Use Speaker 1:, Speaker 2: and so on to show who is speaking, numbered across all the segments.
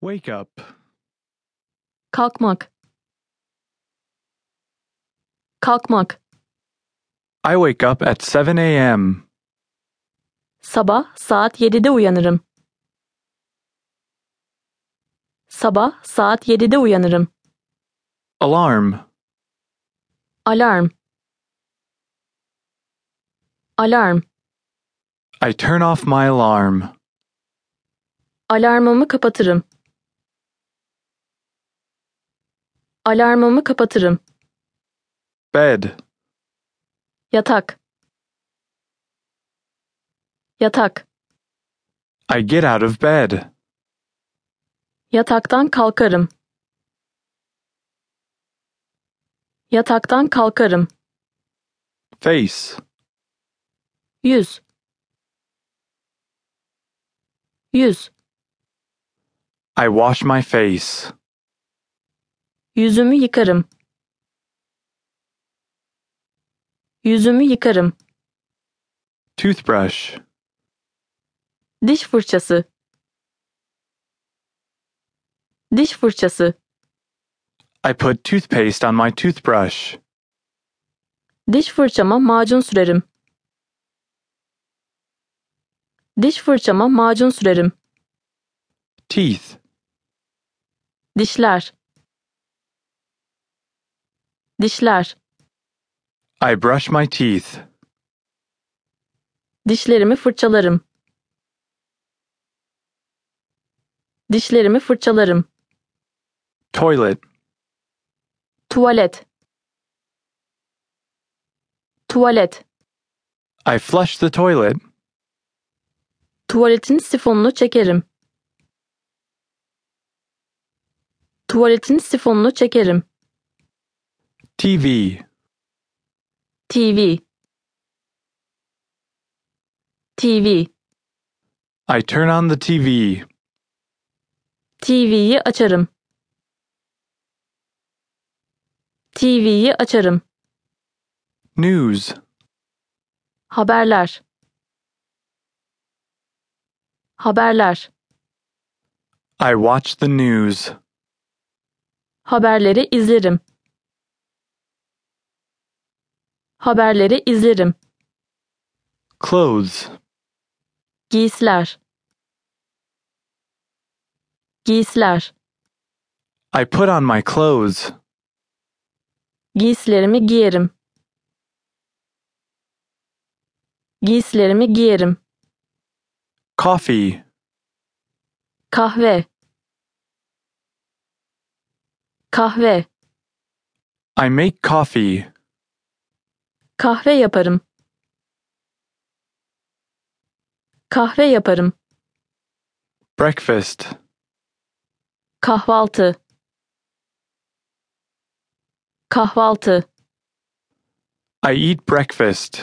Speaker 1: Wake up.
Speaker 2: Kalkmak. Kalkmak.
Speaker 1: I wake up at 7 a.m.
Speaker 2: Sabah saat 7'de uyanırım. Sabah saat 7'de uyanırım.
Speaker 1: Alarm.
Speaker 2: Alarm. Alarm.
Speaker 1: I turn off my alarm.
Speaker 2: Alarmımı kapatırım. Alarmımı kapatırım.
Speaker 1: Bed.
Speaker 2: Yatak. Yatak.
Speaker 1: I get out of bed.
Speaker 2: Yataktan kalkarım. Yataktan kalkarım.
Speaker 1: Face.
Speaker 2: Yüz. Yüz.
Speaker 1: I wash my face.
Speaker 2: Yüzümü yıkarım. Yüzümü yıkarım.
Speaker 1: Toothbrush.
Speaker 2: Diş fırçası. Diş fırçası.
Speaker 1: I put toothpaste on my toothbrush.
Speaker 2: Diş fırçama macun sürerim. Diş fırçama macun sürerim.
Speaker 1: Teeth.
Speaker 2: Dişler. Dişler.
Speaker 1: I brush my teeth.
Speaker 2: Dişlerimi fırçalarım. Dişlerimi fırçalarım.
Speaker 1: Toilet.
Speaker 2: Tuvalet. Tuvalet.
Speaker 1: I flush the toilet.
Speaker 2: Tuvaletin sifonunu çekerim. Tuvaletin sifonunu çekerim.
Speaker 1: TV.
Speaker 2: TV. TV.
Speaker 1: I turn on the TV.
Speaker 2: TV'yi açarım. TV'yi açarım.
Speaker 1: News.
Speaker 2: Haberler. Haberler.
Speaker 1: I watch the news.
Speaker 2: Haberleri izlerim. Haberleri izlerim.
Speaker 1: Clothes.
Speaker 2: Giysiler. Giysiler.
Speaker 1: I put on my clothes.
Speaker 2: Giysilerimi giyerim. Giysilerimi giyerim.
Speaker 1: Coffee.
Speaker 2: Kahve. Kahve.
Speaker 1: I make coffee.
Speaker 2: Kahve yaparım. Kahve yaparım.
Speaker 1: Breakfast.
Speaker 2: Kahvaltı. Kahvaltı.
Speaker 1: I eat breakfast.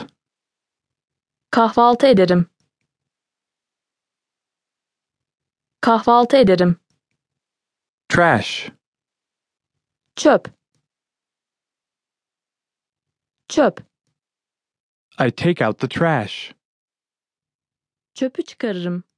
Speaker 2: Kahvaltı ederim. Kahvaltı ederim.
Speaker 1: Trash.
Speaker 2: Çöp. Çöp.
Speaker 1: I take out the trash.
Speaker 2: Çöpü çıkarırım.